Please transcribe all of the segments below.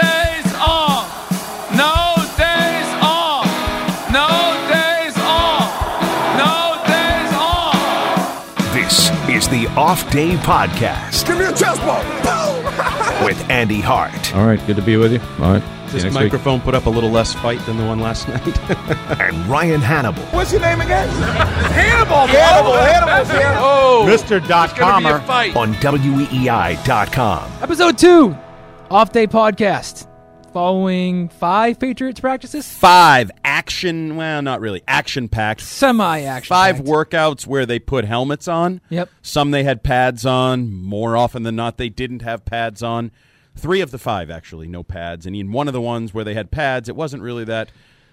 days off. No days off. No days off. No days off. This is the Off Day Podcast Give me a chest bump. with Andy Hart All right, good to be with you. All right, see you This next week. microphone put up a little less fight than the one last night. and Ryan Hannibal. What's your name again? Hannibal. Hannibal, bro. Hannibal, Hannibal. Oh, Mr. Dot it's gonna be a Commer. fight. on E WEEI.com. Episode two, off day podcast. Following five Patriots practices, Five action, well, not really, action packed. semi action. Five workouts where they put helmets on. Yep. Some they had pads on. More often than not, they didn't have pads on. Three of the five, actually, no pads. And in one of the ones where they had pads, it wasn't really that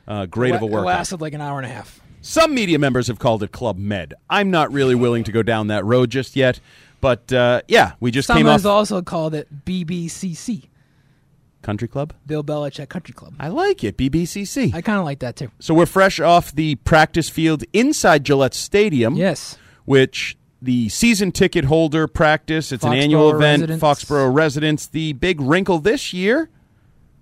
uh, great of a workout. lasted like an hour and a half. Some media members have called it Club Med. I'm not really willing to go down that road just yet. But uh, yeah, we just Some came off has also called it BBCC, Country Club. Bill Belichick Country Club. I like it, BBCC. I kind of like that too. So we're fresh off the practice field inside Gillette Stadium. Yes, Which the season ticket holder practice, it's an Foxborough annual event, residents. Foxborough residents. The big wrinkle this year,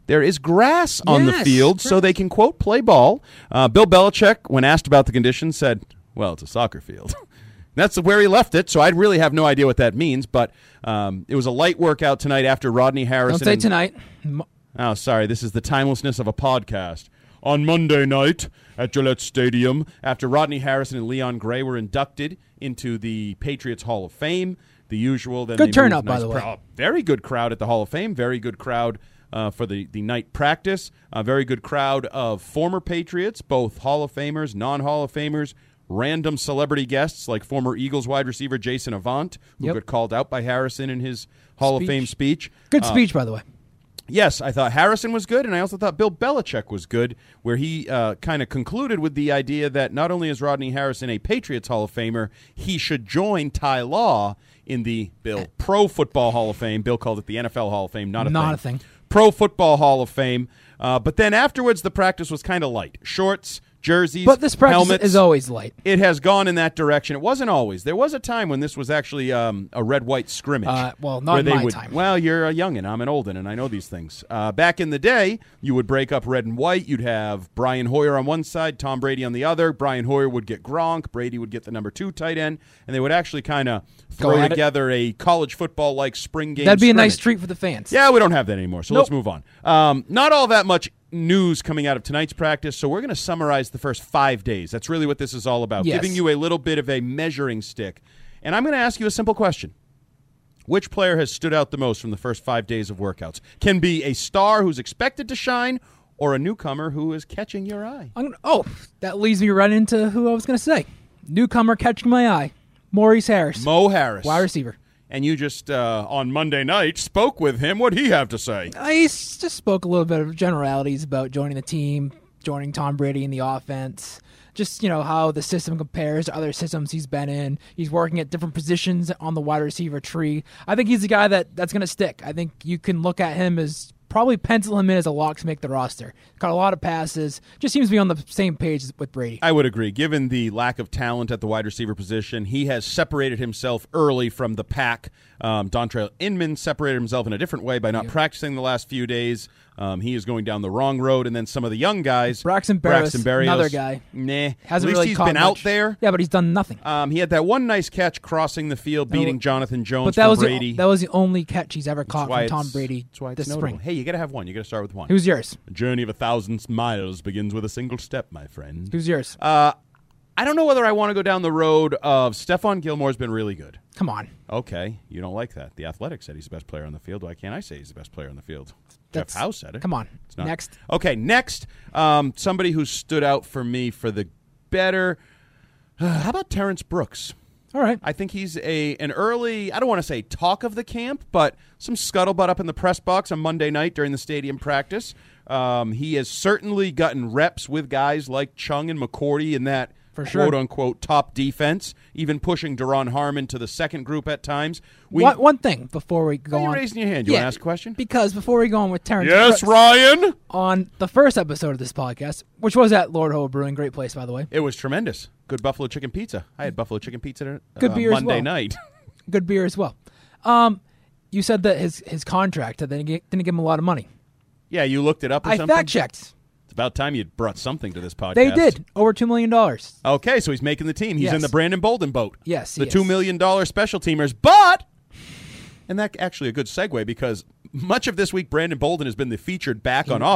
there is grass on the Yes, field, so they can, quote, play ball. Uh, Bill Belichick, when asked about the conditions, said, well, it's a soccer field. That's where he left it, so I really have no idea what that means. But um, it was a light workout tonight after Rodney Harrison. don't say and- tonight. M- Oh, sorry. This is the timelessness of a podcast. On Monday night at Gillette Stadium, after Rodney Harrison and Leon Gray were inducted into the Patriots Hall of Fame, the usual. Then Good they turnout, moved by nice the way. crowd- Oh, very good crowd at the Hall of Fame. Very good crowd uh, for the, the night practice. A very good crowd of former Patriots, both Hall of Famers, non Hall of Famers, random celebrity guests like former Eagles wide receiver Jason Avant, who Yep. got called out by Harrison in his Hall of Speech. Fame speech. Good speech, by the way. Yes, I thought Harrison was good, and I also thought Bill Belichick was good, where he uh, kind of concluded with the idea that not only is Rodney Harrison a Patriots Hall of Famer, he should join Ty Law in the Eh. Bill Pro Football Hall of Fame. Bill called it the NFL Hall of Fame, not a Not thing. a thing. Pro Football Hall of Fame. Uh, but then afterwards, the practice was kind of light: shorts, jerseys, But this practice helmets. is always light. It has gone in that direction. It wasn't always. There was a time when this was actually um, a red-white scrimmage. Uh, well, not where in they my would- time. Well, you're a youngin. I'm an olden, and I know these things. Uh, back in the day, you would break up red and white. You'd have Brian Hoyer on one side, Tom Brady on the other. Brian Hoyer would get Gronk. Brady would get the number two tight end, and they would actually kind of Go throw at it. together a college football-like spring game. That'd be a nice scrimmage. treat for the fans. Yeah, we don't have that anymore. So let's Nope. move on. Um, not all that much news coming out of tonight's practice. So we're going to summarize the first five days. That's really what this is all about, Yes. giving you a little bit of a measuring stick. And I'm going to ask you a simple question. Which player has stood out the most from the first five days of workouts? Can be a star who's expected to shine or a newcomer who is catching your eye. I'm gonna, oh, that leads me right into who I was going to say. Newcomer catching my eye, Maurice Harris, Mo Harris. wide receiver. And you just, uh, on Monday night, spoke with him. What'd he have to say? I s- just spoke a little bit of generalities about joining the team, joining Tom Brady in the offense, just you know how the system compares to other systems he's been in. He's working at different positions on the wide receiver tree. I think he's a guy that that's going to stick. I think you can look at him as probably pencil him in as a lock to make the roster. Got a lot of passes. Just seems to be on the same page as- with Brady. I would agree. Given the lack of talent at the wide receiver position, he has separated himself early from the pack. Um, Dontrell Inman separated himself in a different way by not practicing the last few days. Um, he is going down the wrong road, and then some of the young guys, Braxton Barrios, Braxton Berrios, another guy. Nah, Hasn't at least really he's caught been out much. there. Yeah, but he's done nothing. Um, he had that one nice catch crossing the field, beating wa- Jonathan Jones. but that for was Brady. the, that was the only catch he's ever caught That's why from Tom it's- Brady That's why it's this notable. spring. Hey, you got to have one. You got to start with one. Who's yours? the journey of a thousand miles begins with a single step, my friend. Who's yours? Uh, I don't know whether I want to go down the road of Stefan Gilmore's been really good. Come on. Okay, you don't like that. The Athletic said he's the best player on the field. Why can't I say he's the best player on the field? That's- Jeff Howe said it. come on. It's not- Next. Okay, next. Um, somebody who stood out for me for the better. how about Terrence Brooks? All right. I think he's a an early, I don't want to say talk of the camp, but some scuttlebutt up in the press box on Monday night during the stadium practice. Um, he has certainly gotten reps with guys like Chung and McCourty in that For sure. quote unquote top defense, even pushing Daron Harmon to the second group at times. We, one, one thing before we go Why are you on. raising your hand? You wanna ask a question? Because before we go on with Terrence Crooks, Ryan. on the first episode of this podcast, which was at Lord Ho Brewing, great place by the way. It was tremendous. Good buffalo chicken pizza. I had buffalo chicken pizza uh, Good beer as Monday well. night. Good beer as well. Um, you said that his his contract that they gi- didn't give him a lot of money. yeah, you looked it up or I something? fact checked. It's about time you brought something to this podcast. They did over two million dollars. Okay, so he's making the team. He's Yes. in the Brandon Bolden boat. Yes, he the is. two million dollar special teamers. But and that actually a good segue because much of this week Brandon Bolden has been the featured back on he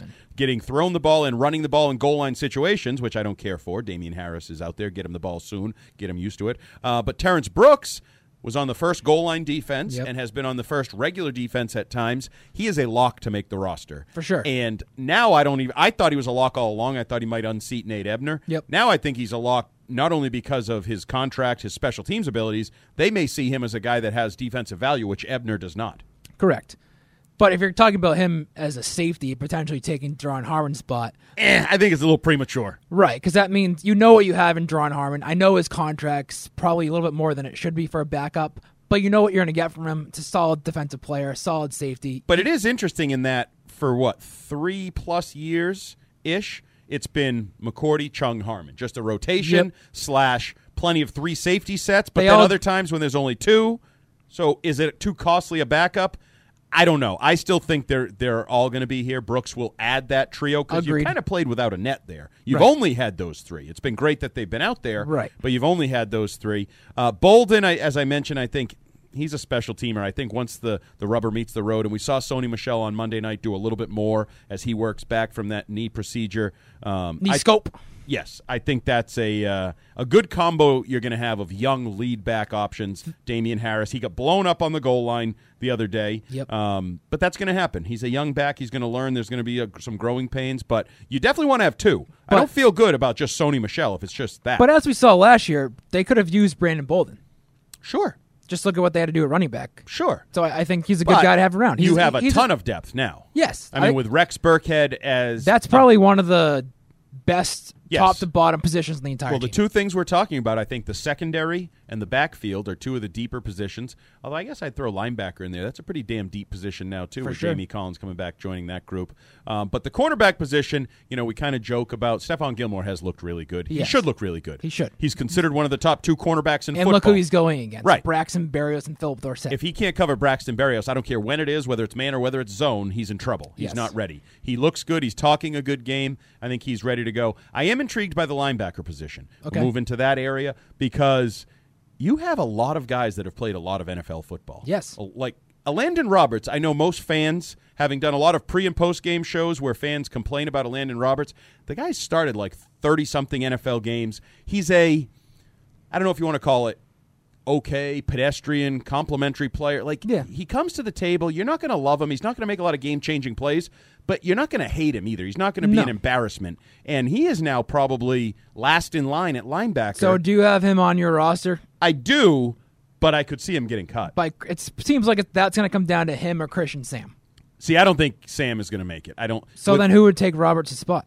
has been. getting thrown the ball and running the ball in goal line situations, which I don't care for. Damian Harris is out there. Get him the ball soon. Get him used to it. Uh, but Terrence Brooks. Was on the first goal line defense Yep. and has been on the first regular defense at times. He is a lock to make the roster For sure. And now I don't even. I thought he was a lock all along. I thought he might unseat Nate Ebner. Yep. Now I think he's a lock not only because of his contract, his special teams abilities, they may see him as a guy that has defensive value, which Ebner does not. Correct. But if you're talking about him as a safety, potentially taking Daron Harmon's spot, Eh, I think it's a little premature. Right, because that means you know what you have in Daron Harmon. I know his contract's probably a little bit more than it should be for a backup, but you know what you're going to get from him. It's a solid defensive player, a solid safety. But it is interesting in that for what, three plus years ish, it's been McCourty, Chung, Harmon. Just a rotation Yep. slash plenty of three safety sets, but They then all- other times when there's only two. So is it too costly a backup? I don't know. I still think they're they're all going to be here. Brooks will add that trio because you Agreed. kind of played without a net there. You've only had those three. It's been great that they've been out there, Right. But you've only had those three. Uh, Bolden, I, as I mentioned, I think he's a special teamer. I think once the, the rubber meets the road, and we saw Sony Michelle on Monday night do a little bit more as he works back from that knee procedure. Um, Knee I- scope. Yes, I think that's a uh, a good combo you're going to have of young lead back options. Damian Harris, he got blown up on the goal line the other day. Yep. Um, but that's going to happen. He's a young back. He's going to learn. There's going to be a, some growing pains, but you definitely want to have two. But- I don't feel good about just Sony Michelle if it's just that. But as we saw last year, they could have used Brandon Bolden. sure, Just look at what they had to do at running back. sure. So I, I think he's a good guy to have around. He's, you have a he's ton of depth now. Yes, I mean I- with Rex Burkhead as That's probably one of the best Yes. top to bottom positions in the entire Well, the team. two things we're talking about, I think the secondary and the backfield are two of the deeper positions. Although I guess I'd throw linebacker in there. That's a pretty damn deep position now, too, with sure. Jamie Collins coming back, joining that group. Um, but the cornerback position, you know, we kind of joke about. Stefan Gilmore has looked really good. He Yes. should look really good. He should. He's considered one of the top two cornerbacks in and football. look who he's going against. Right. Braxton Berrios and Philip Dorsett. If he can't cover Braxton Berrios, I don't care when it is, whether it's man or whether it's zone, he's in trouble. He's Yes. not ready. He looks good. He's talking a good game. I think he's ready to go. I am intrigued by the linebacker position. We'll Okay. move into that area because you have a lot of guys that have played a lot of NFL football. Yes. Like a Landon Roberts, I know most fans, having done a lot of pre and post game shows where fans complain about a Landon Roberts, the guy started like 30 something NFL games. He's a, I don't know if you want to call it okay, pedestrian, complimentary player. Like Yeah. he comes to the table, you're not going to love him. He's not going to make a lot of game-changing plays, but you're not going to hate him either. He's not going to be No. an embarrassment. And he is now probably last in line at linebacker. so do you have him on your roster? I do, but I could see him getting cut. By it seems like it, that's going to come down to him or Christian Sam. see, I don't think Sam is going to make it. I don't. So with- then, who would take Roberts' spot?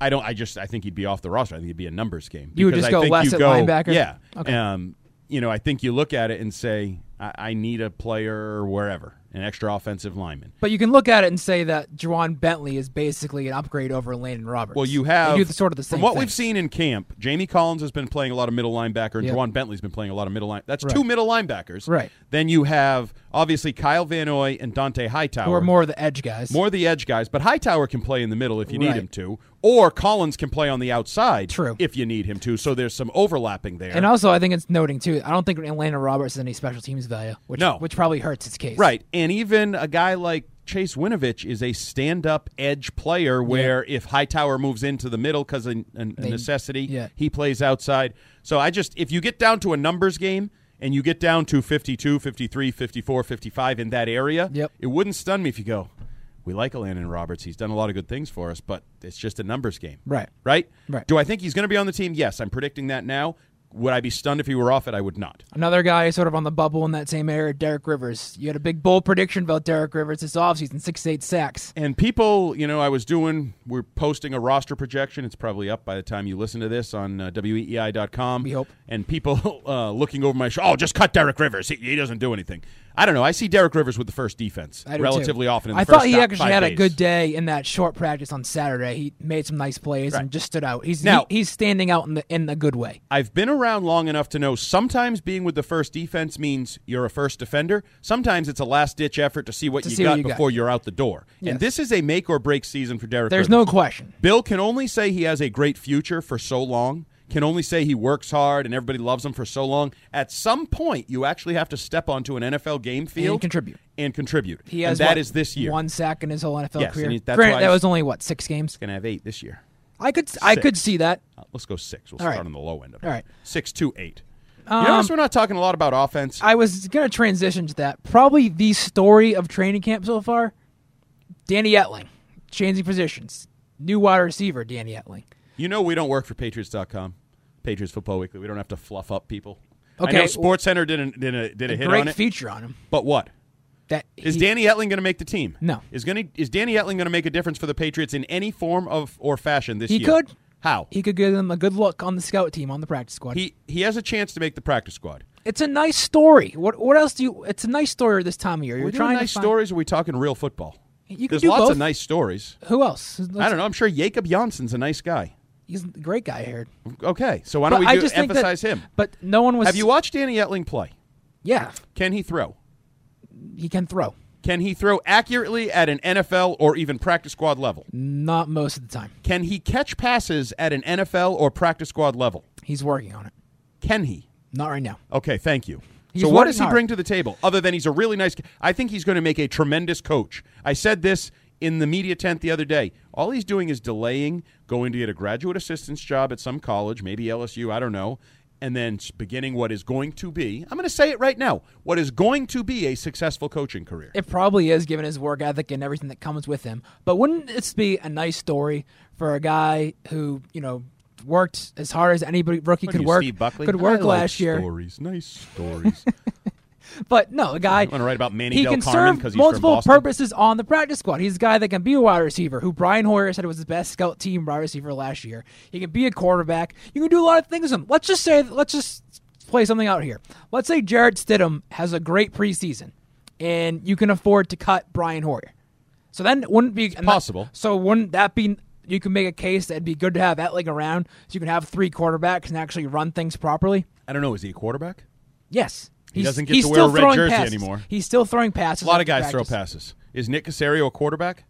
I don't. I just. I think he'd be off the roster. I think it'd be a numbers game. You would Because just I go think West you at linebacker? Yeah. Okay. Um, you know, I think you look at it and say, I, I need a player wherever, an extra offensive lineman. But you can look at it and say that Juwan Bentley is basically an upgrade over Landon Roberts. Well, you have They do the, sort of the same. From what thing. we've seen in camp, Jamie Collins has been playing a lot of middle linebacker, and Yep. Juwan Bentley's been playing a lot of middle line. That's Right. two middle linebackers. Right. Then you have obviously Kyle Van Noy and Dante Hightower, who are more of the edge guys. more the edge guys, but Hightower can play in the middle if you need Right. him to, or Collins can play on the outside, True. if you need him to. So there's some overlapping there. and also, I think it's noting too. I don't think Landon Roberts has any special teams value, which No. which probably hurts his case. Right. And even a guy like Chase Winovich is a stand up edge player where if Hightower moves into the middle because of a necessity, yeah. he plays outside. So I just, if you get down to a numbers game and you get down to 52, 53, 54, 55 in that area, Yep. it wouldn't stun me if you go, we like Landon Roberts. He's done a lot of good things for us, but it's just a numbers game. Right. Right? Right. Do I think he's going to be on the team? Yes, I'm predicting that now. Would I be stunned if he were off it? I would not. Another guy sort of on the bubble in that same area, Derek Rivers. You had a big bold prediction about Derek Rivers this offseason, six to eight sacks. And people, you know, I was doing, we're posting a roster projection. It's probably up by the time you listen to this on uh, weei.com. We hope. And people uh, looking over my shoulder, oh, just cut Derek Rivers. He, he doesn't do anything. I don't know. I see Derek Rivers with the first defense I do too. relatively often. In the I thought first he fi- actually five had a days. good day in that short practice on Saturday. He made some nice plays and just stood out. He's Now- he- he's standing out in the in the good way. I've been around long enough to know sometimes being with the first defense means you're a first defender. Sometimes it's a last ditch effort to see what To you see got what you got. before you're out the door. Yes. And this is a make or break season for Derek There's no Rivers. question. Bill can only say he has a great future for so long, can only say he works hard and everybody loves him for so long. At some point, you actually have to step onto an NFL game field contribute. And contribute. He has and that what, is this year. One sack in his whole NFL Yes, career. and he- that's Granted, why that I- was only what six games. Going to have eight this year. I could I could Six. see that. Uh, let's go six. We'll All start right. on the low end of it. All right. Um, Six to eight. you notice we're not talking a lot about offense. I was going to transition to that. Probably the story of training camp so far Danny Etling, changing positions. New wide receiver, Danny Etling. You know we don't work for Patriots.com, Patriots Football Weekly. We don't have to fluff up people. Okay. I know Sports Center did a, did a, did a hit Great on it, feature on him. but what? That Is he- Danny Etling going to make the team? No. Is going is Danny Etling going to make a difference for the Patriots in any form of or fashion this He year? could. How? He could give them a good look on the scout team on the practice squad. He he has a chance to make the practice squad. it's a nice story. What what else do you? It's a nice story this time of year. You're Are we doing trying nice to find stories? Or are we talking real football? You could There's do lots both. of nice stories. Who else? I don't know. I'm sure Jacob Janssen's a nice guy. He's a great guy here. Okay, so why don't But we I do, just think that- emphasize him? But no one was. Have you watched Danny Etling play? Yeah, Can he throw? he can throw. Can he throw accurately at an NFL or even practice squad level? Not most of the time. Can he catch passes at an NFL or practice squad level? He's working on it. Can he? Not right now. Okay, thank you. He's so what working does he hard. bring to the table other than he's a really nice I think he's going to make a tremendous coach. I said this in the media tent the other day. All he's doing is delaying going to get a graduate assistant's job at some college, maybe LSU, I don't know, and then s- beginning what is going to be. I'm going to say it right now. What is going to be a successful coaching career. It probably is, given his work ethic and everything that comes with him. But wouldn't it be a nice story for a guy who, you know, worked as hard as anybody rookie Look at could you, work, Steve Buckley. could work I like last year? Stories, nice stories. But no, a guy. You wanna write about Manny He Del can Carmen 'cause serve he's from multiple Boston? purposes on the practice squad. He's a guy that can be a wide receiver, who Brian Hoyer said was his best scout team wide receiver last year. He can be a quarterback. You can do a lot of things. With him. Let's just say, let's just play something out here. Let's say Jared Stidham has a great preseason, and you can afford to cut Brian Hoyer. So then, wouldn't be and that- possible. so wouldn't that be? You can make a case that'd be good to have Etling around, so you can have three quarterbacks and actually run things properly. I don't know. Is he a quarterback? Yes. He's, doesn't get he's to wear still a red throwing jersey passes. anymore. He's still throwing passes. A lot at of guys practice. throw passes. Is Nick Casario a quarterback?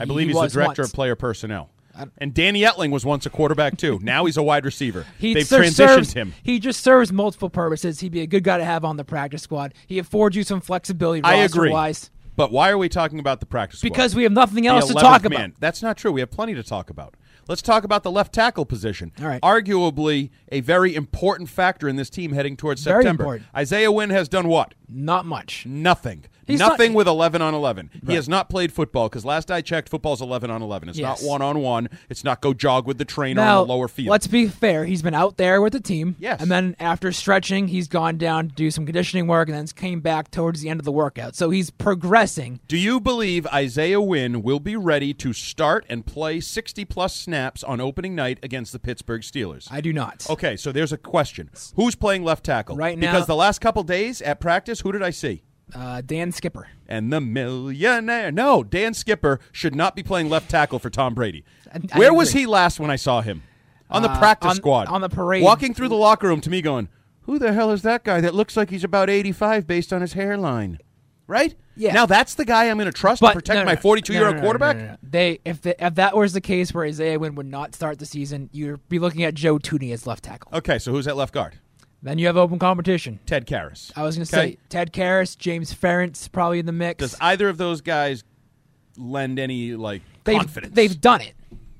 I believe He he's the was director once. of player personnel. And Danny Etling was once a quarterback too. now he's a wide receiver. He They've ser- transitioned serves- him. He just serves multiple purposes. He'd be a good guy to have on the practice squad. He affords you some flexibility I agree. wise But why are we talking about the practice? squad? because we have nothing The else to 11th talk about. man. That's not true. We have plenty to talk about. Let's talk about the left tackle position. All right. Arguably a very important factor in this team heading towards Very September. important. Isaiah Wynn has done what? Not much. Nothing. He's not- Nothing with 11 on 11. He has not played football because last I checked, football's 11 on 11. It's Yes. not one on one. It's not go jog with the trainer Now, on the lower field. let's be fair. He's been out there with the team. Yes. And then after stretching, he's gone down to do some conditioning work and then came back towards the end of the workout. So he's progressing. Do you believe Isaiah Wynn will be ready to start and play 60 plus snaps on opening night against the Pittsburgh Steelers? I do not. Okay, so there's a question. Who's playing left tackle? Right now- Because the last couple days at practice, who did I see? Uh, Dan Skipper. And the millionaire. No, Dan Skipper should not be playing left tackle for Tom Brady. I Where was agree. Uh, he last when I saw him? On the practice on- squad. on the parade. Walking through the locker room to me going, Who the hell is that guy that looks like he's about 85 based on his hairline? Right? Yeah. Now that's the guy I'm going to trust to protect no, no, my no. 42 year No, old no, no, no, quarterback? no, no, no. They if the, if that was the case where Isaiah Wynn would not start the season, you'd be looking at Joe Tooney as left tackle. Okay, so who's at left guard? Then you have open competition. Ted Karras. I was going to Okay? say Ted Karras, James Ferentz probably in the mix. Does either of those guys lend any like they've, confidence? They've done it,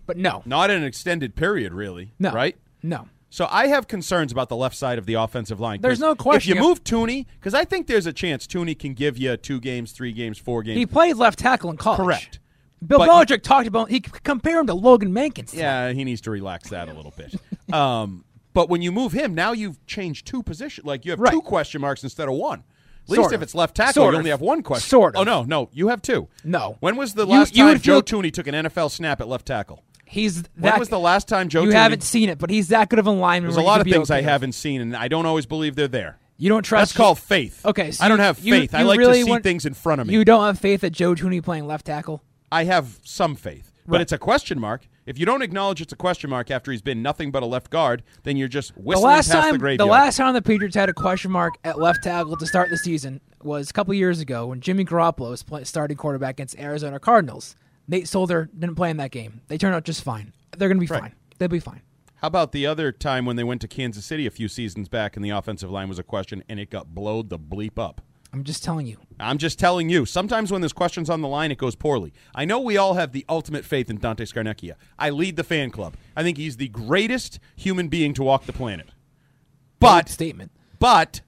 but no, not in an extended period, really. no, Right? No, So I have concerns about the left side of the offensive line. 'cause There's no question. If you move Tooney, because I think there's a chance Tooney can give you two games, three games, four games. he played left tackle in college. Correct. Bill But- Belichick talked about he c- compared him to Logan Mankins. yeah, he needs to relax that a little bit. Um, But when you move him, now you've changed two positions. Like you have Right. two question marks instead of one. At least Sort if of. it's left tackle, Sort you of. only have one question. Sort of. Oh no, no, you have two. No. When was the You- last you time would Joe feel- Tooney took an NFL snap at left tackle? He's that. When was the last time Joe You Tooney- haven't seen it, but he's that good of a lineman. There's a where you lot could of be things okay I with- haven't seen, and I don't always believe they're there. You don't trust. That's called faith. Okay, so I don't you- have you- faith. I you like really to see want- things in front of me. You don't have faith that Joe Tooney playing left tackle. I have some faith, but Right. it's a question mark. If you don't acknowledge it's a question mark after he's been nothing but a left guard, then you're just The whistling last past time, the graveyard. the last time the Patriots had a question mark at left tackle to start the season was a couple years ago when Jimmy Garoppolo was play, starting quarterback against Arizona Cardinals. Nate Solder didn't play in that game. They turned out just fine. They're going to be fine. They'll be fine. How about the other time when they went to Kansas City a few seasons back and the offensive line was a question and it got blowed the bleep up? I'm just telling you. I'm just telling you, sometimes when there's questions on the line, it goes poorly. I know we all have the ultimate faith in Dante Scarnecchia. I lead the fan club. I think he's the greatest human being to walk the planet. Bold But statement. But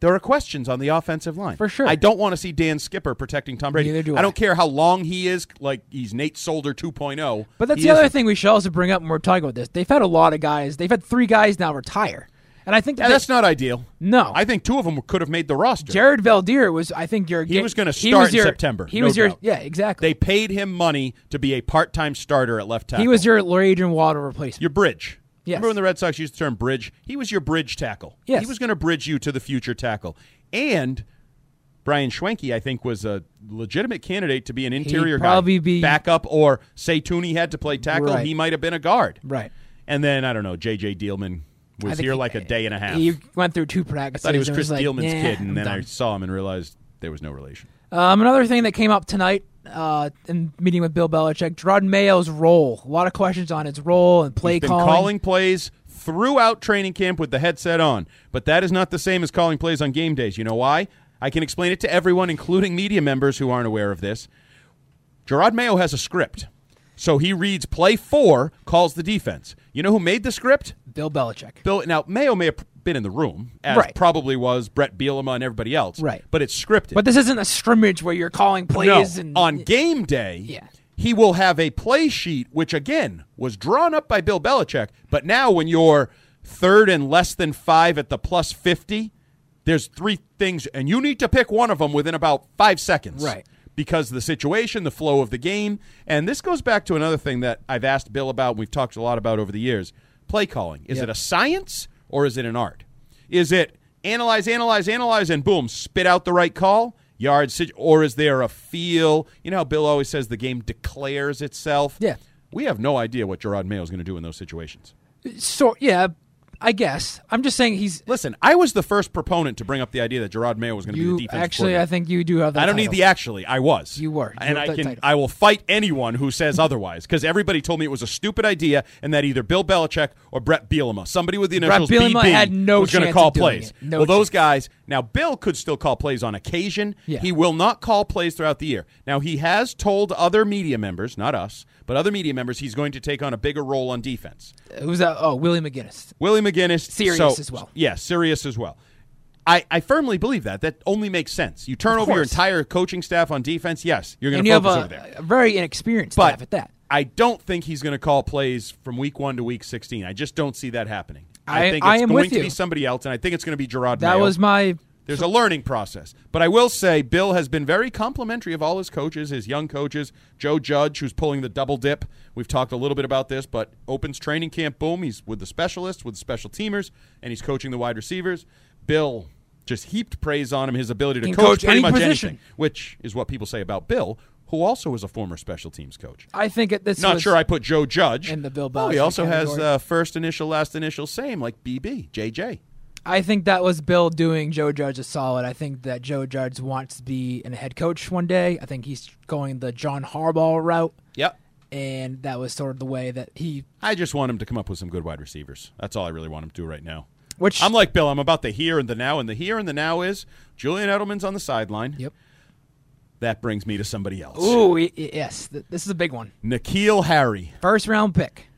there are questions on the offensive line. For sure. I don't want to see Dan Skipper protecting Tom Brady. Neither do I don't I. care how long he is, like he's Nate Solder 2.0. But that's He the other isn't. thing we should also bring up when we're talking about this. They've had a lot of guys. They've had three guys now retire, and I think that Yeah, they- that's not ideal. No. I think two of them could have made the roster. Jared Valdir was. I think your He ga- was gonna he start was in your- September, He no was your doubt. yeah exactly. they paid him money to be a part-time starter at left tackle. he was your Adrian Waddle replacement. your bridge. Yes. Remember when the Red Sox used the term bridge? He was your bridge tackle. Yes. He was going to bridge you to the future tackle. And Brian Schwenke, I think, was a legitimate candidate to be an interior probably guy, be- backup, or say Tooney had to play tackle, Right. he might have been a guard. Right. And then I don't know, J.J. Dealman I was think here he- like a day and a half. He went through two I practices. thought he was and Chris like, Dealman's "Nah, kid, and I'm then I done." saw him and realized there was no relation. Um, another thing that came up tonight uh, in meeting with Bill Belichick, Gerard Mayo's role. A lot of questions on his role and play He's been calling. calling plays throughout training camp with the headset on, but that is not the same as calling plays on game days. You know why? I can explain it to everyone, including media members who aren't aware of this. Gerard Mayo has a script. So he reads play four, calls the defense. You know who made the script? Bill Belichick. Bill. Now, Mayo may have been in the room, as Right. probably was Brett Bielema and everybody else. Right. But it's scripted. But this isn't a scrimmage where you're calling plays No, and on game day, Yeah. he will have a play sheet, which again was drawn up by Bill Belichick. But now, when you're third and less than five at the plus fifty, there's three things, and you need to pick one of them within about five seconds, Right. Because of the situation, the flow of the game, and this goes back to another thing that I've asked Bill about. And we've talked a lot about over the years: play calling. Is it a science or is it an art? Is it analyze, analyze, analyze, and boom, spit out the right call? Yard, sit- or is there a feel? You know how Bill always says the game declares itself. Yeah. we have no idea what Gerard Mayo is going to do in those situations. so yeah, I guess I'm just saying he's Listen, I was the first proponent to bring up the idea that Gerard Mayo was going to be you the defense. actually I think you do have that I don't title. need the actually. I was. You were. You and were I that can. title. I will fight anyone who says otherwise because everybody told me it was a stupid idea and that either Bill Belichick or Brett Bielema, somebody with the initials Bielema BB, had no was going to chance call of doing plays. it. No well, those chance. guys. Now Bill could still call plays on occasion. Yeah. He will not call plays throughout the year. Now he has told other media members, not us, but other media members, he's going to take on a bigger role on defense. Who's that? Oh, Willie McGinnis. Willie McGinnis. Serious so- as well. Yeah, serious as well. I, I firmly believe that. That only makes sense. You turn Of over your course. entire coaching staff on defense, yes, you're going And to you have focus over a, there. a very inexperienced But staff at that. I don't think he's going to call plays from week one to week 16. I just don't see that happening. I- think I it's am going with to you. be somebody else, and I think it's going to be Gerard That Mayo. was my There's a learning process. But I will say Bill has been very complimentary of all his coaches, his young coaches, Joe Judge, who's pulling the double dip. We've talked a little bit about this, but opens training camp, boom, he's with the specialists, with the special teamers, and he's coaching the wide receivers. Bill just heaped praise on him, his ability to Can coach, coach pretty any much position. anything, which is what people say about Bill, who also is a former special teams coach. I think at this Not was- sure I put Joe Judge. in the Bill Oh, he Belichick also has category. uh, first initial, last initial, same, like BB, JJ. I think that was Bill doing Joe Judge a solid. I think that Joe Judge wants to be an head coach one day. I think he's going the John Harbaugh route, Yep. and that was sort of the way that he. I just want him to come up with some good wide receivers. That's all I really want him to do right now. Which I'm like Bill. I'm about the here and the now, and the here and the now is Julian Edelman's on the sideline. Yep. That brings me to somebody else. ooh, y- y- yes, th- this is a big one. Nikhil Harry. First round pick.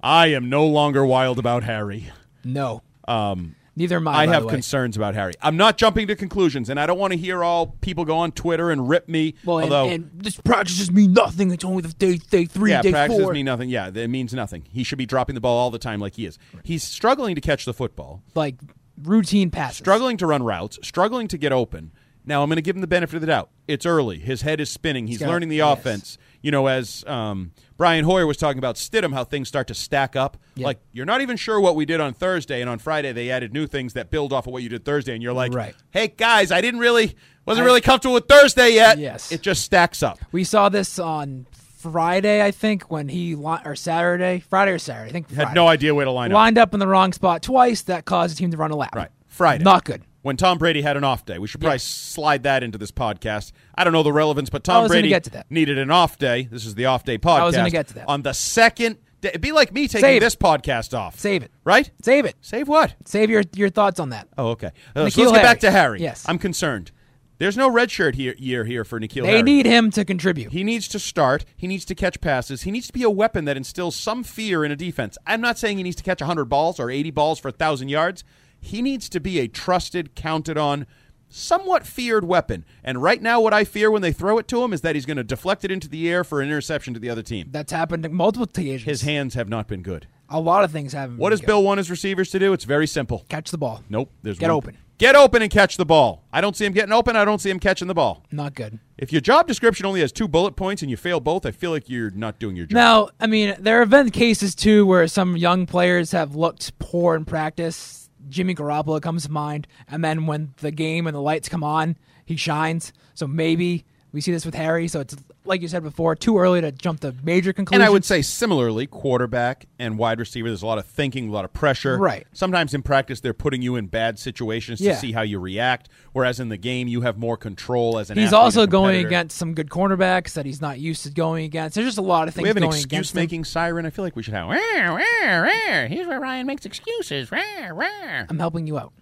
I am no longer wild about Harry. No. Um. Neither am I. I by have the way. concerns about Harry. I'm not jumping to conclusions, and I don't want to hear all people go on Twitter and rip me. Well, and, although, and this practices mean nothing. It's only the day, day three, yeah, day practices four. mean nothing. Yeah, it means nothing. He should be dropping the ball all the time like he is. He's struggling to catch the football, like routine passes. struggling to run routes, struggling to get open. Now, I'm going to give him the benefit of the doubt. It's early. His head is spinning. He's got- learning the yes. offense. You know, as um, Brian Hoyer was talking about Stidham, how things start to stack up. Yeah. Like, you're not even sure what we did on Thursday, and on Friday they added new things that build off of what you did Thursday, and you're like, Right. hey, guys, I didn't really, wasn't really comfortable with Thursday yet. Yes. It just stacks up. We saw this on Friday, I think, when he li- or Saturday, Friday or Saturday. I think Had Friday. no idea where to line up. Lined up in the wrong spot twice. That caused the team to run a lap. Right. Friday. Not good. When Tom Brady had an off day. We should probably Yeah. slide that into this podcast. I don't know the relevance, but Tom was gonna Brady get to that. needed an off day. This is the off day podcast. was gonna get to that. On the second day. It'd be like me taking Save it. this podcast off. Save it. Right? Save it. Save what? Save your your thoughts on that. Oh, okay. Uh, so Nikhil let's get back Harry. to Harry. Yes. I'm concerned. There's no red shirt here, year here for Nikhil they Harry. need him to contribute. He needs to start. He needs to catch passes. He needs to be a weapon that instills some fear in a defense. I'm not saying he needs to catch 100 balls or 80 balls for 1,000 yards. He needs to be a trusted, counted on, somewhat feared weapon. And right now, what I fear when they throw it to him is that he's going to deflect it into the air for an interception to the other team. That's happened on multiple occasions. His hands have not been good. a lot of things haven't. What been does good. Bill want his receivers to do? It's very simple. catch the ball? Nope. There's Get one- open. Get open and catch the ball. I don't see him getting open. I don't see him catching the ball. Not good. If your job description only has two bullet points and you fail both, I feel like you're not doing your job. Now, I mean, there have been cases too where some young players have looked poor in practice. Jimmy Garoppolo comes to mind, and then when the game and the lights come on, he shines. So maybe we see this with Harry. So it's like you said before, too early to jump to major conclusions. And I would say similarly, quarterback and wide receiver, there's a lot of thinking, a lot of pressure. Right. Sometimes in practice, they're putting you in bad situations Yeah. to see how you react, whereas in the game, you have more control as an he's athlete and also going competitor. against some good cornerbacks that he's not used to going against. There's just a lot of things We have an going against excuse him. making siren. I feel like we should have. "Wah, wah, wah." Here's where Ryan makes excuses. Wah, wah. You're I'm helping you out.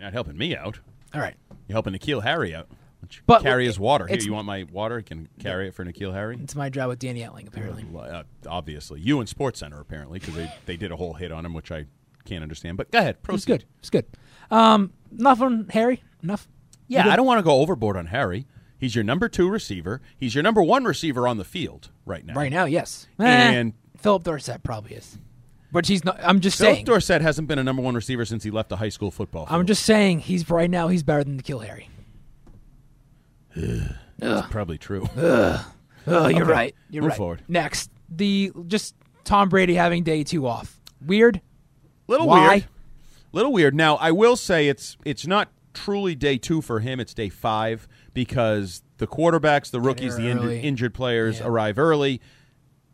not helping me out. All right. You're helping Nikhil Harry out. Why don't you But- carry his water. Here, it's- you want my water? I can carry it for Nikhil Harry. It's my job with Danny Etling, apparently. Uh, obviously, you and Sports Center apparently because they, they did a whole hit on him, which I can't understand. But go ahead, It's proceed. good. It's good. Um, enough on Harry. Enough. Yeah, I don't want to go overboard on Harry. He's your number two receiver. He's your number one receiver on the field right now. Right now, yes. And- eh, Philip Dorsett probably is, but he's not. I'm just Philip saying. Dorsett hasn't been a number one receiver since he left the high school football. I'm field. just saying he's right now. He's better than the Kill Harry. It's probably true. Oh, you're right. You're move right. forward. Next, the just Tom Brady having day two off. Weird. Little Why? weird. Little weird. Now I will say it's it's not truly day two for him. It's day five because the quarterbacks, the rookies, the injured, early. injured players arrive early.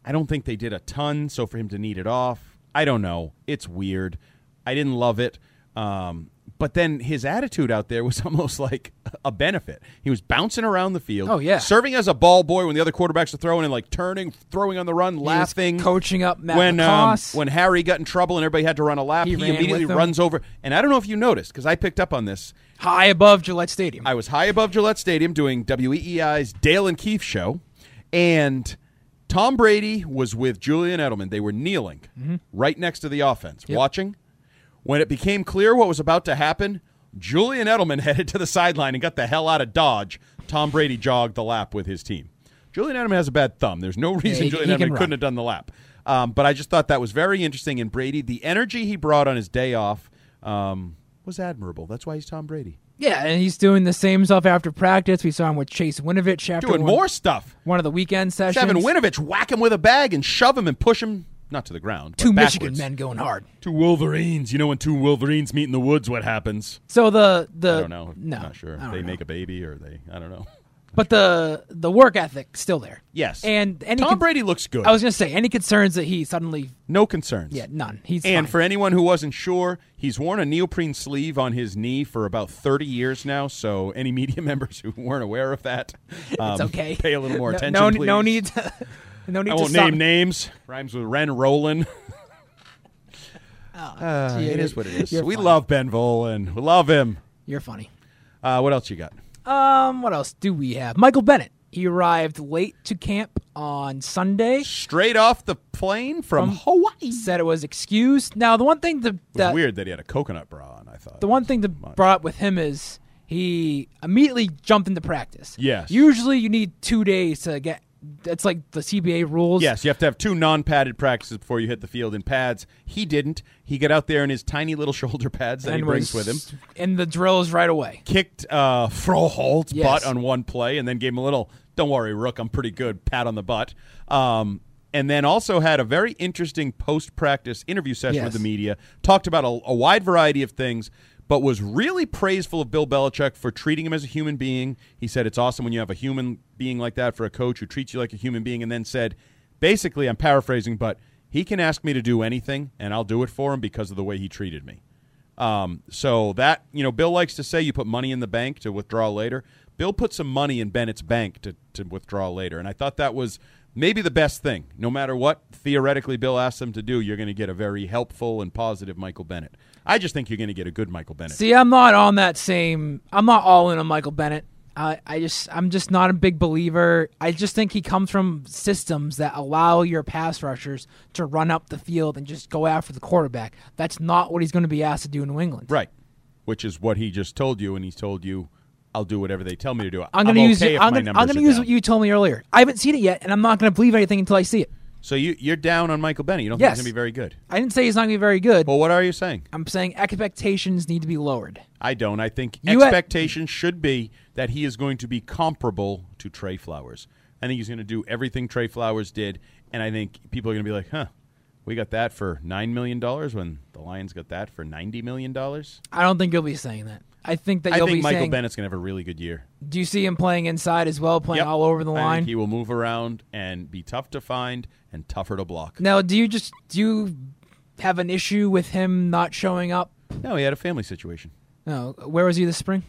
I don't think they did a ton, so for him to need it off, I don't know. It's weird. I didn't love it. Um, but then his attitude out there was almost like a benefit. He was bouncing around the field. Oh, yeah. serving as a ball boy when the other quarterbacks are throwing and like turning, throwing on the run, He was laughing, coaching up Matt when um, LaCosse. when Harry got in trouble and everybody had to run a lap, He he, ran immediately with them. runs over. And I don't know if you noticed because I picked up on this. high above Gillette Stadium. I was high above Gillette Stadium doing WEEI's Dale and Keefe show, and Tom Brady was with Julian Edelman. They were kneeling Mm-hmm. right next to the offense, watching. When it became clear what was about to happen, Julian Edelman headed to the sideline and got the hell out of Dodge. Tom Brady jogged the lap with his team. Julian Edelman has a bad thumb. There's no reason he- Julian he Edelman can couldn't run. have done the lap. Um, but I just thought that was very interesting. And Brady, the energy he brought on his day off um, was admirable. That's why he's Tom Brady. yeah, and he's doing the same stuff after practice. We saw him with Chase Winovich after Doing one, more stuff. one of the weekend sessions. Seven Winovich, whack him with a bag and shove him and push him not to the ground. but Two Michigan backwards. men going hard. Two Wolverines. You know when two Wolverines meet in the woods, what happens? So the the I don't know. Uh, No, not sure. I don't They know. make a baby or they. I don't know. But the the work ethic still there. Yes. And any Tom con- Brady looks good. I was gonna say any concerns that he suddenly no concerns. yeah none. He's And fine. for anyone who wasn't sure, he's worn a neoprene sleeve on his knee for about 30 years now. So any media members who weren't aware of that, um, it's okay. Pay a little more no, attention. No, please. no need. To, no need I to won't stop. name names. Rhymes with Ren Roland. Oh, Uh, it is what it is. We love Ben Volen. We love him. You're funny. Uh, what else you got? Um, what else do we have? Michael Bennett. He arrived late to camp on Sunday. Straight off the plane from, Hawaii. Said it was excused. Now the one thing the, It was Um, that weird that he had a coconut bra on, I thought. the one thing that brought up with him is he immediately jumped into practice. Yes. Usually you need two days to get. That's like the CBA rules. Yes, you have to have two non padded practices before you hit the field in pads. He didn't. He got out there in his tiny little shoulder pads that he brings with him. in the drills right away. Kicked uh, Froholt's Yes. butt on one play and then gave him a little, don't worry, Rook, I'm pretty good, pat on the butt. Um, and then also had a very interesting post practice interview session Yes. with the media. Talked about a, a wide variety of things, but was really praiseful of Bill Belichick for treating him as a human being. He said it's awesome when you have a human being like that for a coach who treats you like a human being, and then said, basically, I'm paraphrasing, but he can ask me to do anything, and I'll do it for him because of the way he treated me. Um, so that you know, Bill likes to say you put money in the bank to withdraw later. Bill put some money in Bennett's bank to, to withdraw later, and I thought that was maybe the best thing. No matter what theoretically Bill asks them to do, you're going to get a very helpful and positive Michael Bennett. I just think you're going to get a good Michael Bennett. See, I'm not on that same. I'm not all in on Michael Bennett. I, I just, I'm just not a big believer. I just think he comes from systems that allow your pass rushers to run up the field and just go after the quarterback. That's not what he's going to be asked to do in New England. Right. Which is what he just told you, and he's told you, I'll do whatever they tell me to do. I'm going to use. okay you- if I'm my gonna- I'm numbers going to are use down. what you told me earlier. I haven't seen it yet, and I'm not going to believe anything until I see it. So you, you're down on Michael Bennett. You don't Yes. think he's going to be very good. I didn't say he's not going to be very good. Well, what are you saying? I'm saying expectations need to be lowered. I don't. I think You had- expectations should be that he is going to be comparable to Trey Flowers. I think he's going to do everything Trey Flowers did, and I think people are going to be like, "Huh, we got that for nine million dollars when the Lions got that for ninety million dollars." I don't think you'll be saying that. I think that I you'll think be Michael saying. Bennett's going to have a really good year. Do you see him playing inside as well, playing Yep. all over the I think line? he will move around and be tough to find and tougher to block. Now, do you just do you have an issue with him not showing up? No, he had a family situation. No, where was he this spring?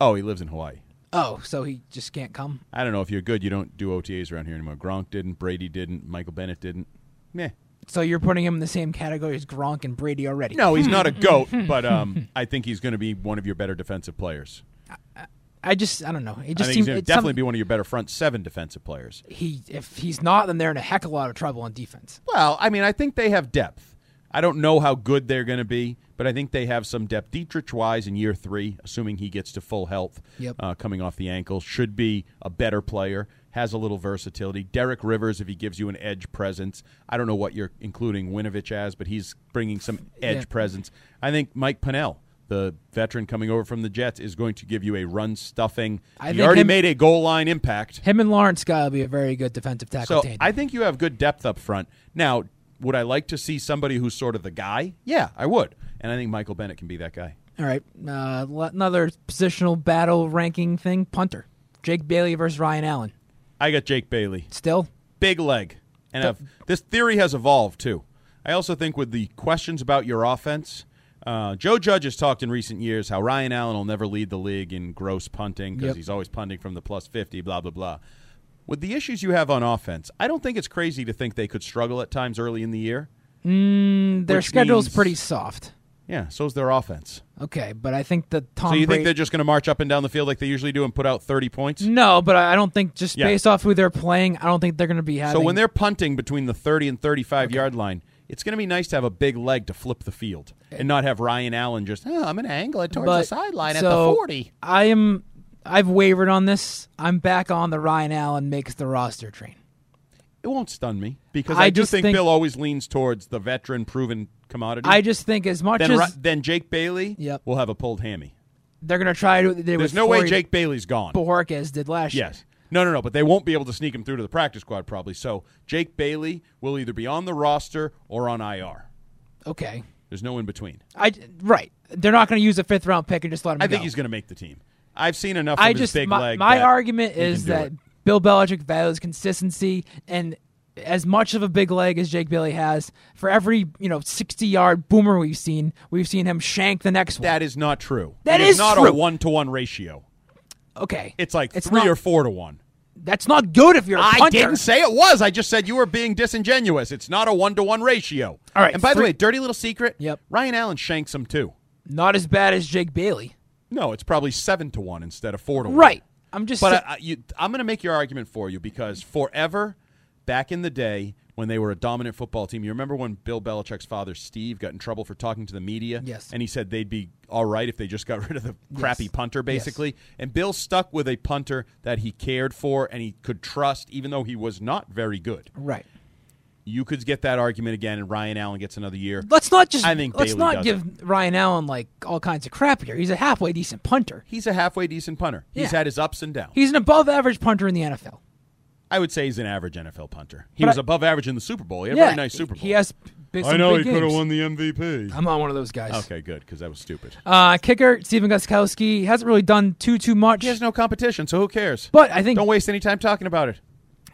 Oh, he lives in Hawaii. Oh, so he just can't come. I don't know if you're good. You don't do OTAs around here anymore. Gronk didn't. Brady didn't. Michael Bennett didn't. Meh. So you're putting him in the same category as Gronk and Brady already. No, he's not a Hmm. goat, but um, I think he's going to be one of your better defensive players. I just I don't know. It I just think he's seems going to it's definitely some- be one of your better front seven defensive players. he if he's not, then they're in a heck of a lot of trouble on defense. Well, I mean, I think they have depth. I don't know how good they're going to be, but I think they have some depth. Dietrich Wise in year three, assuming he gets to full health, Yep. uh, coming off the ankle, should be a better player. Has a little versatility. Derek Rivers, if he gives you an edge presence, I don't know what you're including Winovich as, but he's bringing some edge Yeah. presence. I think Mike Pinnell, the veteran coming over from the Jets, is going to give you a run stuffing. I he think already him- made a goal line impact. Him and Lawrence Guy will be a very good defensive tackle So tandem. I think you have good depth up front. Now, would I like to see somebody who's sort of the guy? Yeah, I would. And I think Michael Bennett can be that guy. All right, uh, le- another positional battle ranking thing. Punter, Jake Bailey versus Ryan Allen. I got Jake Bailey. Still, Big leg. And I've, this theory has evolved too. I also think with the questions about your offense, uh, Joe Judge has talked in recent years how Ryan Allen will never lead the league in gross punting because Yep. he's always punting from the plus 50, blah, blah, blah. With the issues you have on offense, I don't think it's crazy to think they could struggle at times early in the year. their Which schedule's means- pretty soft. Yeah, so is their offense. Okay, but I think that Tom. So you Brady- think they're just going to march up and down the field like they usually do and put out 30 points? No, but I I don't think just Yeah. based off who they're playing, I don't think they're going to be having. So when they're punting between the 30 and 35 yard line, it's going to be nice to have a big leg to flip the field and not have Ryan Allen just, oh, I'm going to angle it towards the sideline at the so 40. I am. I've wavered on this. I'm back on the Ryan Allen makes the roster train. It won't stun me because I, I do just think, think- Bill always leans towards the veteran proven commodity. I just think as much then, as Ri- then Jake Bailey Yep. will have a pulled hammy. they're going to try to, they There's no way Jake Bailey's gone. Borges did last year. Yes. No, no, no, but they won't be able to sneak him through to the practice squad probably. So Jake Bailey will either be on the roster or on IR. Okay. There's no in between. I right. They're not going to use a fifth round pick and just let him. I think go. he's going to make the team. I've seen enough I of his just big my, leg. my that argument he can is do that it. Bill Belichick values consistency and as much of a big leg as Jake Bailey has, for every you know sixty yard boomer we've seen, we've seen him shank the next one. that is not true. That It is not a true. one to one ratio. okay, It's like It's three not- or four to one. that's not good if you're a I punter. didn't say it was. I just said you were being disingenuous. It's not a one to one ratio. All right, And by the three- way, dirty little secret. Yep. Ryan Allen shanks him too. not as bad as Jake Bailey. No, it's probably seven to one instead of four to one. Right. I'm just But sa- I, I, you, I'm going to make your argument for you because forever, back in the day when they were a dominant football team, you remember when Bill Belichick's father Steve got in trouble for talking to the media? Yes. and he said they'd be all right if they just got rid of the crappy Yes. punter, basically. And Bill stuck with a punter that he cared for and he could trust, even though he was not very good. right. You could get that argument again, and Ryan Allen gets another year. Let's not just I think let's Bailey not does give Ryan Allen like all kinds of crap here. He's a halfway decent punter. He's a halfway decent punter. He's Yeah. had his ups and downs. He's an above average punter in the NFL. I would say he's an average NFL punter. He But was I- above average in the Super Bowl. He had yeah, a very nice Super Bowl. He has. Big, some big games. the MVP. I'm not one of those guys. Okay, good, because that was stupid. Uh, kicker Steven Guskowski hasn't really done too too much. He has no competition, so who cares? But I think- don't waste any time talking about it.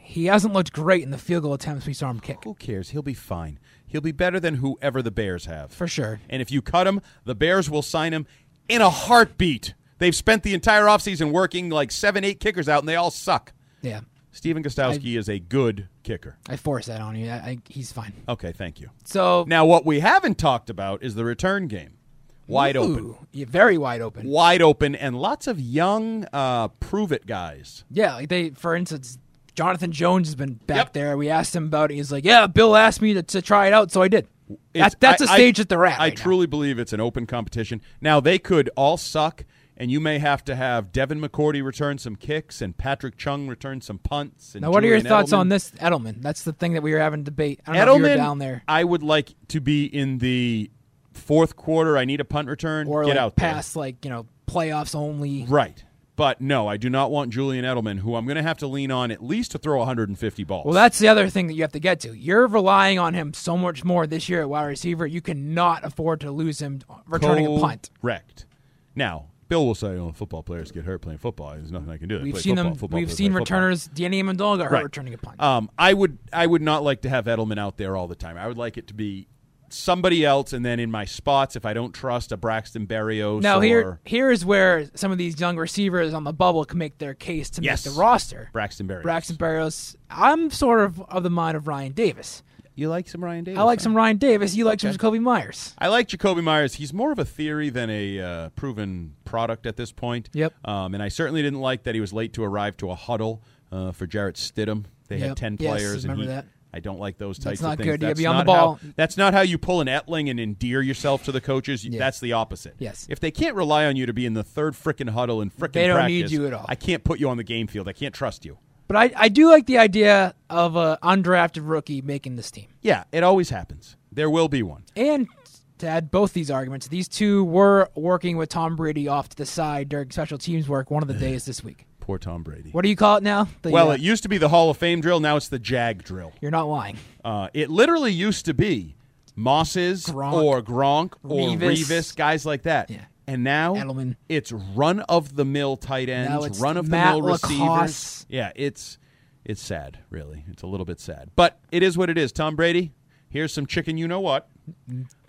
He hasn't looked great in the field goal attempts we saw him kick. Who cares? He'll be fine. He'll be better than whoever the Bears have For sure. And if you cut him, the Bears will sign him in a heartbeat. They've spent the entire offseason working like seven, eight kickers out, and they all suck. Yeah, Steven Gostowski is a good kicker. I forced that on you. I, I, he's fine. Okay, thank you. So Now, what we haven't talked about is the return game. Wide open. Ooh, yeah, very wide open. wide open and lots of young uh, prove it guys. Yeah, like they, for instance, Jonathan Jones has been back Yep. there. We asked him about it. He's like, "Yeah, Bill asked me to, to try it out, so I did." That, that's a the stage that they're at. I right now. truly believe it's an open competition. Now they could all suck, and you may have to have Devin McCourty return some kicks and Patrick Chung return some punts. And Now, what are your Julian thoughts Edelman. on this Edelman? That's the thing that we were having a debate. I don't know if you Edelman were down there I would like to be in the fourth quarter. I need a punt return. or Get like out there. past like you know playoffs only. Right. But no, I do not want Julian Edelman, who I'm going to have to lean on at least to throw 150 balls. Well, that's the other thing that you have to get to. You're relying on him so much more this year at wide receiver. You cannot afford to lose him returning a punt. Correct. Now, Bill will say, "Oh, football players get hurt playing football. There's nothing I can do." They We've play seen football, them. football we've players seen play football." returners. Danny Amendola got hurt Right. returning a punt. Um, I would, I would not like to have Edelman out there all the time. I would like it to be somebody else, and then in my spots, if I don't trust a Braxton Berrios, Now or, here here is where some of these young receivers on the bubble can make their case to Yes. make the roster. Braxton Berrios. Braxton Barrios. I'm sort of of the mind of Ryan Davis. you like some Ryan Davis? I like huh? some Ryan Davis. You like some Jacoby Myers. I like Jacoby Myers. He's more of a theory than a uh, proven product at this point. Yep. Um, and I certainly didn't like that he was late to arrive to a huddle uh, for Jarrett Stidham. They Yep. had ten Yes, players. and remember he- that. I don't like those That's types not of things. good. You gotta That's be on the not how- ball. that's not how you pull an Etling and endear yourself to the coaches. That's the opposite. Yes. If they can't rely on you to be in the third frickin' huddle and frickin' They don't need practice, you at all. I can't put you on the game field. I can't trust you. But I, I do like the idea of a undrafted rookie making this team. Yeah, it always happens. There will be one. And to add both these arguments, these two were working with Tom Brady off to the side during special teams work one of the days this week. Poor Tom Brady. What do you call it now? The, Well, uh, it used to be the Hall of Fame drill. Now it's the Jag drill. you're not lying. Uh, it literally used to be Mosses Gronk. or Gronk or Revis. Revis. guys like that. Yeah. And now Edelman. it's run of the mill tight Now ends, it's run of Matt the mill LaCosse. receivers. Yeah, it's it's sad, really. It's a little bit sad, but it is what it is. Tom Brady, here's some chicken. You know what?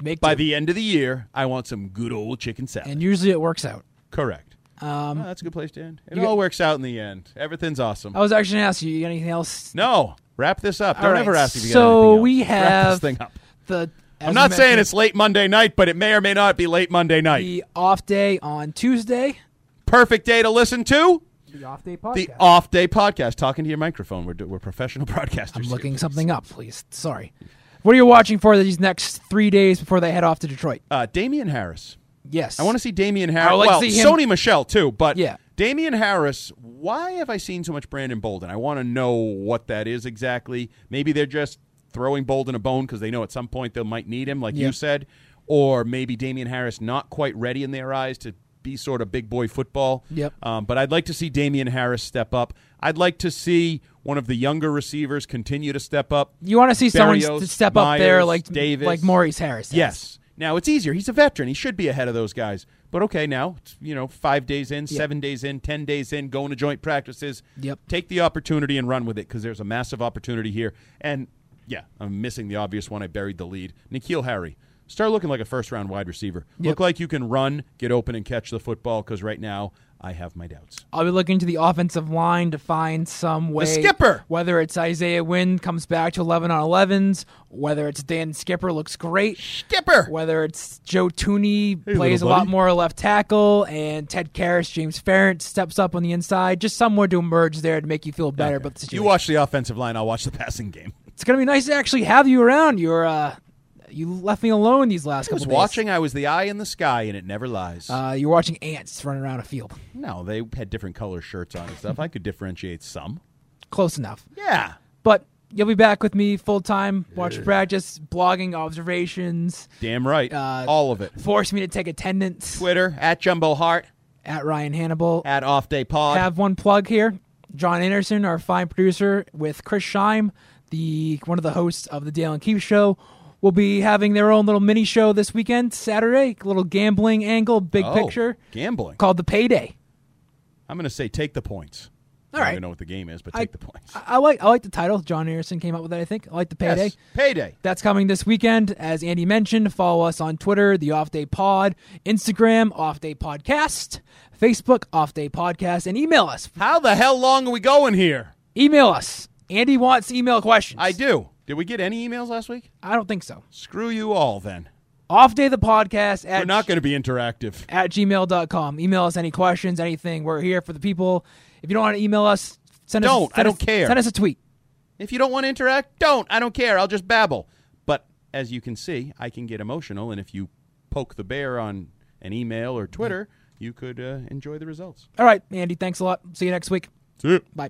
Make By do. the end of the year, I want some good old chicken salad. and usually it works out. Correct. Um, that's a good place to end. It you got- all works out in the end. Everything's awesome. I was actually gonna ask you, you got anything else? No, wrap this up. All Don't right, ever ask if you got so anything else. we wrap have this thing up. The as I'm not mentioned, saying it's late Monday night, but it may or may not be late Monday night. the off day on Tuesday. Perfect day to listen to The off day podcast. the Off Day Podcast. Talking to your microphone. We're, do- we're professional broadcasters. I'm here. looking something up, please. Sorry. What are you watching for these next three days before they head off to Detroit? Uh, Damian Harris. Yes. I want to see Damian I Harris. would like to well, see him- Sony Michelle too, but Yeah. Damian Harris. Why have I seen so much Brandon Bolden? I want to know what that is exactly. Maybe they're just throwing Bolden a bone because they know at some point they might need him, like Yeah. you said, or maybe Damian Harris not quite ready in their eyes to be sort of big boy football. Yep. Um, but I'd like to see Damian Harris step up. I'd like to see one of the younger receivers continue to step up. You want to see someone Berrios, s- step up there Myers, like Davis, like Maurice Harris. has. Yes. Now it's easier. He's a veteran. He should be ahead of those guys. But okay, now it's, you know, five days in, seven days in, ten days in, going to joint practices. Yep. Take the opportunity and run with it because there's a massive opportunity here. And yeah, I'm missing the obvious one. I buried the lead. Nikhil Harry. Start looking like a first round wide receiver. Look like you can run, get open, and catch the football. Because right now, I have my doubts. I'll be looking to the offensive line to find some way. skipper! Whether it's Isaiah Wynn comes back to 11 on 11s, whether it's Dan Skipper looks great, Skipper. whether it's Joe Tooney Hey, plays a little lot buddy. more left tackle, and Ted Karras, James Ferrant steps up on the inside, just somewhere to emerge there to make you feel better about the You situation. watch the offensive line. I'll watch the passing game. it's gonna be nice to actually have you around. You're uh, you left me alone these last I was couple days. watching. I was the eye in the sky, and it never lies. Uh, you're watching ants running around a field. no, they had different color shirts on and stuff. I could differentiate some. Close enough. Yeah. But you'll be back with me full time, watch practice, blogging observations, Damn right. Uh, All of it. force me to take attendance Twitter at Jumbo Heart at Ryan Hannibal. at Off Day Pod. have one plug here. John Anderson, our fine producer, with Chris Scheim, the one of the hosts of the Dale and Keith Show, will be having their own little mini show this weekend, Saturday. A little gambling angle, big Oh, picture, gambling. called the Payday. I'm going to say take the points. All I don't right. even know what the game is, but I- take the points. I, I like I like the title. John Anderson came up with it. I think I like the Payday. Yes. Payday. That's coming this weekend. As Andy mentioned, follow us on Twitter, The Off Day Pod, Instagram, Off Day Podcast, Facebook, Off Day Podcast, and email us. How the hell long are we going here? Email us. Andy wants email questions. I do. Did we get any emails last week? I don't think so. Screw you all then. Off Day the Podcast We're at, not going to be interactive. at gmail.com. Email us any questions, anything. We're here for the people. If you don't want to email us, send us Don't. send I don't us- care. Send us a tweet. If you don't want to interact, don't. I don't care. I'll just babble. But as you can see, I can get emotional, and if you poke the bear on an email or Twitter, you could uh, enjoy the results. All right, Andy, thanks a lot. See you next week. See you. Bye.